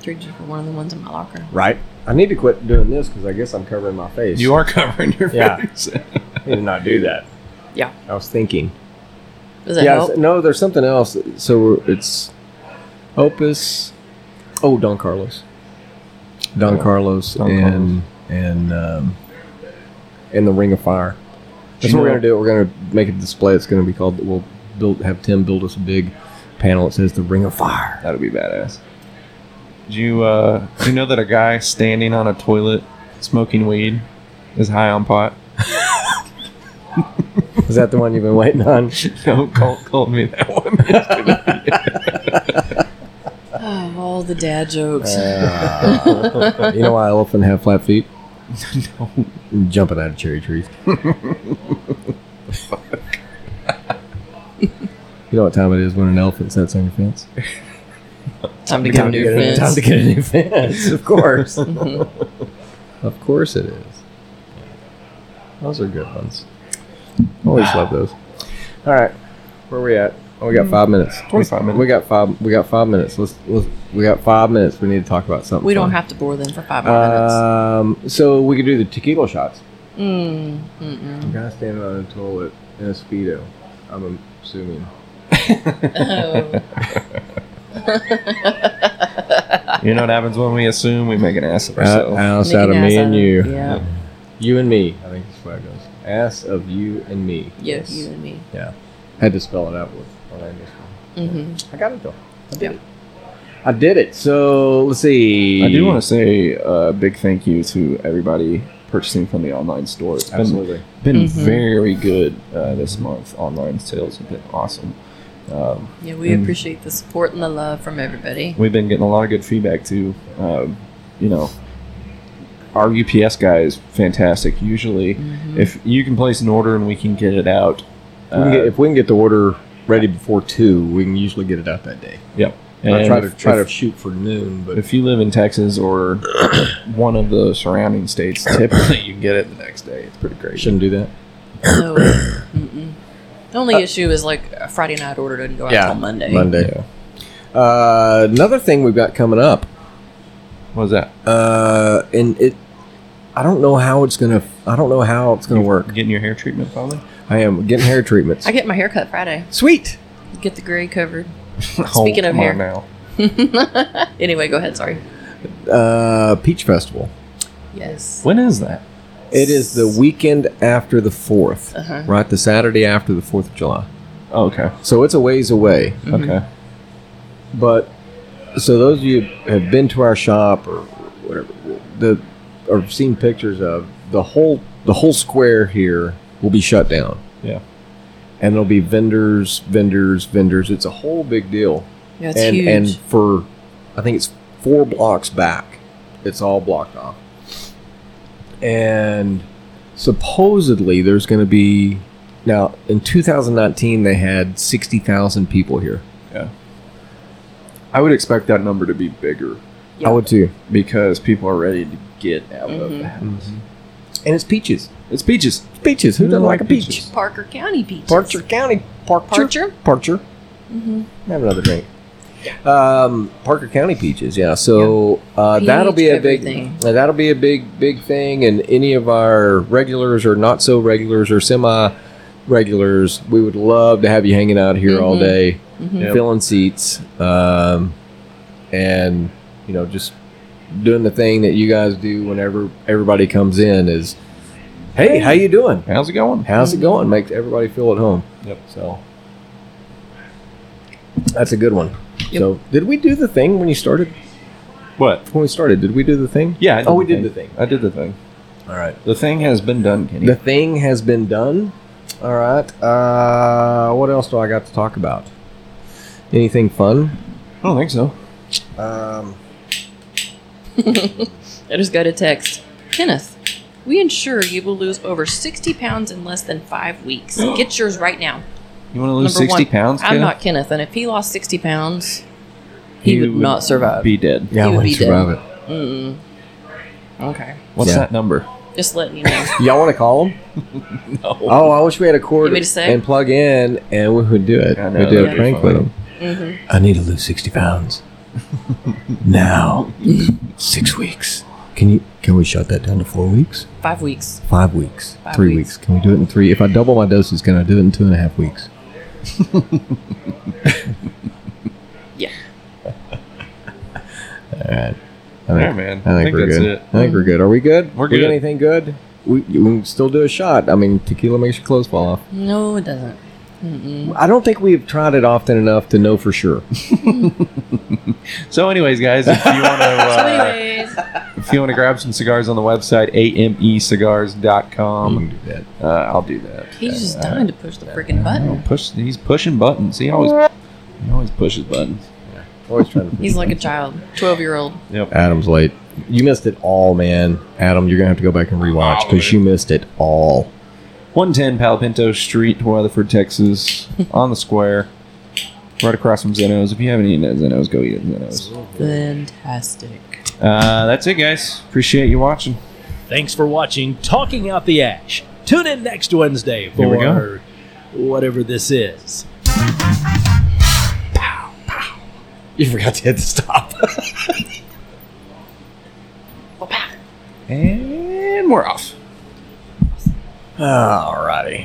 [SPEAKER 5] Trade you for one of the ones in my locker.
[SPEAKER 1] Right? I need to quit doing this because I guess I'm covering my face.
[SPEAKER 4] You are covering your
[SPEAKER 1] Yeah.
[SPEAKER 4] face.
[SPEAKER 1] I need to not do that.
[SPEAKER 5] Yeah.
[SPEAKER 1] I was thinking.
[SPEAKER 5] Does that
[SPEAKER 1] yeah,
[SPEAKER 5] help?
[SPEAKER 1] s- no, there's something else. So it's Opus. Oh, Don Carlos. Don
[SPEAKER 4] Oh,
[SPEAKER 1] Carlos
[SPEAKER 4] Don
[SPEAKER 1] and and um, and the Ring of Fire. That's
[SPEAKER 4] You
[SPEAKER 1] what we're
[SPEAKER 4] know-
[SPEAKER 1] gonna do. We're gonna make a display. It's gonna be called. We'll build have Tim build us a big panel. that says the Ring of Fire.
[SPEAKER 4] That'd be badass. Do you, uh, do you know that a guy standing on a toilet smoking weed is high on pot?
[SPEAKER 1] Is that the one you've been waiting on?
[SPEAKER 4] No, Colt told me that one yesterday.
[SPEAKER 5] Oh, all the dad jokes.
[SPEAKER 1] Uh, you know why elephants have flat feet? Jumping out of cherry trees. you know what time it is when an elephant sets on your fence?
[SPEAKER 5] time to get a new fence. Mm-hmm.
[SPEAKER 1] time to get a new fence, of course. of course it is. Those are good ones. Always love those. All right, where we at? Oh, we got five minutes.
[SPEAKER 4] 25 minutes.
[SPEAKER 1] We got five. We got five minutes. Let's. let's we got five minutes. We need to talk about something.
[SPEAKER 5] we don't
[SPEAKER 1] fun.
[SPEAKER 5] have to bore them for five more minutes.
[SPEAKER 1] Um, so we could do the tequila shots.
[SPEAKER 5] Mm, mm-mm.
[SPEAKER 1] I'm kind of standing on a toilet in a speedo. I'm assuming.
[SPEAKER 5] Oh.
[SPEAKER 4] You know what happens when we assume we make an ass of ourselves?
[SPEAKER 1] ass
[SPEAKER 5] Make
[SPEAKER 1] out of
[SPEAKER 5] an
[SPEAKER 1] me
[SPEAKER 5] ass
[SPEAKER 1] and
[SPEAKER 5] out of-
[SPEAKER 1] you.
[SPEAKER 5] Yeah.
[SPEAKER 1] You and me. I think that's where it goes. Ass of you and me.
[SPEAKER 5] Yeah, you and me.
[SPEAKER 1] Yeah. Had to spell it out with Orlando's one.
[SPEAKER 5] Mm-hmm.
[SPEAKER 1] I got it though. I did it. I did it. So let's see.
[SPEAKER 4] I do want to say a big thank you to everybody purchasing from the online store. It's been,
[SPEAKER 1] Absolutely.
[SPEAKER 4] been
[SPEAKER 5] Mhm.
[SPEAKER 1] Mm-hmm.
[SPEAKER 4] very good uh, this month. Online sales have been awesome. Um,
[SPEAKER 5] Yeah, we
[SPEAKER 4] Mm.
[SPEAKER 5] appreciate the support and the love from everybody.
[SPEAKER 4] we've been getting a lot of good feedback too. Um, you know, our UPS guy is fantastic. Usually, if you can place an order and we can get it out,
[SPEAKER 1] Mm-hmm. We can
[SPEAKER 4] uh,
[SPEAKER 1] get, if we can get the order ready before two, we can usually get it out that day.
[SPEAKER 4] Yep.
[SPEAKER 1] I
[SPEAKER 4] uh, And
[SPEAKER 1] try to
[SPEAKER 4] if-
[SPEAKER 1] try
[SPEAKER 4] if,
[SPEAKER 1] to shoot for noon, but
[SPEAKER 4] If you live in Texas or one of the surrounding states, typically you can get it the next day. It's pretty great.
[SPEAKER 1] shouldn't do that.
[SPEAKER 5] No. Mm-mm. The only issue is like a Friday night order doesn't go out
[SPEAKER 1] Uh, Yeah,
[SPEAKER 5] until Monday.
[SPEAKER 1] Monday.
[SPEAKER 4] Yeah.
[SPEAKER 1] Uh, another thing we've got coming up,
[SPEAKER 4] What was that?
[SPEAKER 1] uh, and it, I don't know how it's gonna. I don't know how it's gonna work.
[SPEAKER 4] Getting your hair treatment finally?
[SPEAKER 1] I am getting hair treatments.
[SPEAKER 5] I get my hair cut Friday.
[SPEAKER 1] Sweet.
[SPEAKER 5] Get the gray covered.
[SPEAKER 4] Oh,
[SPEAKER 5] Speaking of
[SPEAKER 4] come on
[SPEAKER 5] hair.
[SPEAKER 4] now.
[SPEAKER 5] Anyway, go ahead. Sorry.
[SPEAKER 1] Uh, Peach Festival.
[SPEAKER 5] Yes.
[SPEAKER 4] When is that?
[SPEAKER 1] It is the weekend after the 4th
[SPEAKER 5] Uh-huh.
[SPEAKER 1] right? The Saturday after the Fourth of July.
[SPEAKER 4] Oh, okay.
[SPEAKER 1] So it's a ways away.
[SPEAKER 5] Mm-hmm.
[SPEAKER 4] Okay.
[SPEAKER 1] But so those of you who have been to our shop or whatever, the or seen pictures of the whole the whole square here will be shut down,
[SPEAKER 4] Yeah.
[SPEAKER 1] and there'll be vendors, vendors, vendors. It's a whole big deal,
[SPEAKER 5] Yeah, it's
[SPEAKER 1] and
[SPEAKER 5] huge.
[SPEAKER 1] and for I think it's four blocks back, it's all blocked off, and supposedly there's going to be now in 2019 they had 60,000 people here.
[SPEAKER 4] I would expect that number to be bigger
[SPEAKER 5] Yeah.
[SPEAKER 1] I would too.
[SPEAKER 4] because people are ready to get out of the house.
[SPEAKER 1] Mm-hmm. And it's peaches.
[SPEAKER 4] It's peaches.
[SPEAKER 1] It's peaches. Who
[SPEAKER 4] Who
[SPEAKER 1] doesn't like, a peach?
[SPEAKER 4] peaches?
[SPEAKER 5] Parker County peaches.
[SPEAKER 1] Parcher County. Parcher.
[SPEAKER 5] Parcher?
[SPEAKER 1] Parcher.
[SPEAKER 5] Mhm.
[SPEAKER 1] Have another drink. Um, Parker County peaches. Yeah. So Uh, that'll
[SPEAKER 5] Peach
[SPEAKER 1] be a
[SPEAKER 5] everything.
[SPEAKER 1] big. uh, That'll be a big, big thing. And any of our regulars or not so regulars or semi regulars, we would love to have you hanging out here all
[SPEAKER 5] Mhm.
[SPEAKER 1] day,
[SPEAKER 5] Mhm.
[SPEAKER 4] Yep.
[SPEAKER 1] filling seats, um, and you know just doing the thing that you guys do whenever everybody comes in is, hey, how you doing?
[SPEAKER 4] How's it going?
[SPEAKER 1] How's it going? Makes everybody feel at home.
[SPEAKER 4] Yep.
[SPEAKER 1] So that's a good one.
[SPEAKER 5] Yep.
[SPEAKER 1] So did we do the thing when you started?
[SPEAKER 4] What?
[SPEAKER 1] When we started, did we do the thing?
[SPEAKER 4] Yeah. I
[SPEAKER 1] Oh, we did the thing.
[SPEAKER 4] I did the thing.
[SPEAKER 1] All right.
[SPEAKER 4] The thing has been done, Kenny.
[SPEAKER 1] The thing has been done. All right. Uh, what else do I got to talk about? Anything fun?
[SPEAKER 4] I don't think so.
[SPEAKER 1] Um,
[SPEAKER 5] I just got a text. Kenneth, we ensure you will lose over 60 pounds in less than five weeks. Get yours right now.
[SPEAKER 4] You want to lose
[SPEAKER 5] Number
[SPEAKER 4] 60
[SPEAKER 5] one,
[SPEAKER 4] pounds?
[SPEAKER 5] I'm
[SPEAKER 4] Kenny?
[SPEAKER 5] not Kenneth, and if he lost 60 pounds, he, would, not survive.
[SPEAKER 4] Be dead.
[SPEAKER 1] yeah,
[SPEAKER 5] He
[SPEAKER 1] I
[SPEAKER 5] would
[SPEAKER 1] want
[SPEAKER 5] be
[SPEAKER 1] to survive it.
[SPEAKER 5] dead. Mm. Okay.
[SPEAKER 4] What's
[SPEAKER 1] Yeah.
[SPEAKER 4] that number?
[SPEAKER 5] Just letting you know.
[SPEAKER 1] Y'all want to call him?
[SPEAKER 4] No.
[SPEAKER 1] Oh, I wish we had a cord
[SPEAKER 5] You want me to say?
[SPEAKER 1] and plug in, and we would do it.
[SPEAKER 4] I know,
[SPEAKER 1] We'd do
[SPEAKER 4] that'd
[SPEAKER 1] a
[SPEAKER 4] be
[SPEAKER 1] prank
[SPEAKER 4] fun.
[SPEAKER 1] with him.
[SPEAKER 5] hmm
[SPEAKER 1] I need to lose 60 pounds. now. Six weeks. Can you can we shut that down to four weeks?
[SPEAKER 5] Five weeks.
[SPEAKER 1] Five weeks.
[SPEAKER 5] Five
[SPEAKER 1] three weeks.
[SPEAKER 5] weeks.
[SPEAKER 1] Can we do it in three? If I double my doses, can I do it in two and a half weeks?
[SPEAKER 5] Yeah.
[SPEAKER 1] Alright. I
[SPEAKER 4] Yeah,
[SPEAKER 1] think,
[SPEAKER 4] man.
[SPEAKER 1] I think, we're
[SPEAKER 4] that's
[SPEAKER 1] good.
[SPEAKER 4] it.
[SPEAKER 1] I think we're good. Are we good?
[SPEAKER 4] We're
[SPEAKER 1] We got
[SPEAKER 4] good.
[SPEAKER 1] anything good? We, we can still do a shot. I mean, tequila makes your clothes fall off.
[SPEAKER 5] No, it doesn't. Mm-mm.
[SPEAKER 1] I don't think we've tried it often enough to know for sure.
[SPEAKER 4] So, anyways, guys, if you want to,
[SPEAKER 5] So,
[SPEAKER 4] uh,
[SPEAKER 5] anyways,
[SPEAKER 4] if you want to grab some cigars on the website E amecigars.com,
[SPEAKER 1] do that.
[SPEAKER 4] uh, I'll do that.
[SPEAKER 5] he's just
[SPEAKER 4] Uh,
[SPEAKER 5] dying to push the freaking button.
[SPEAKER 4] Push. He's pushing buttons. He always, he always pushes buttons.
[SPEAKER 1] Always trying to
[SPEAKER 5] He's like a child, 12 year old.
[SPEAKER 4] Yep.
[SPEAKER 1] Adam's late. You missed it all, man. Adam, you're gonna have to go back and rewatch because you missed it all.
[SPEAKER 4] 110 Palo Pinto Street, Weatherford, Texas, on the square, right across from Zenos. If you haven't eaten at Zenos, go eat at Zenos.
[SPEAKER 5] Fantastic.
[SPEAKER 4] Uh, that's it, guys. Appreciate you watching.
[SPEAKER 3] Thanks for watching Talking Out the Ash. Tune in next Wednesday
[SPEAKER 4] Here we go.
[SPEAKER 3] for whatever this is.
[SPEAKER 1] You forgot to hit the stop.
[SPEAKER 4] And we're off.
[SPEAKER 1] Alrighty.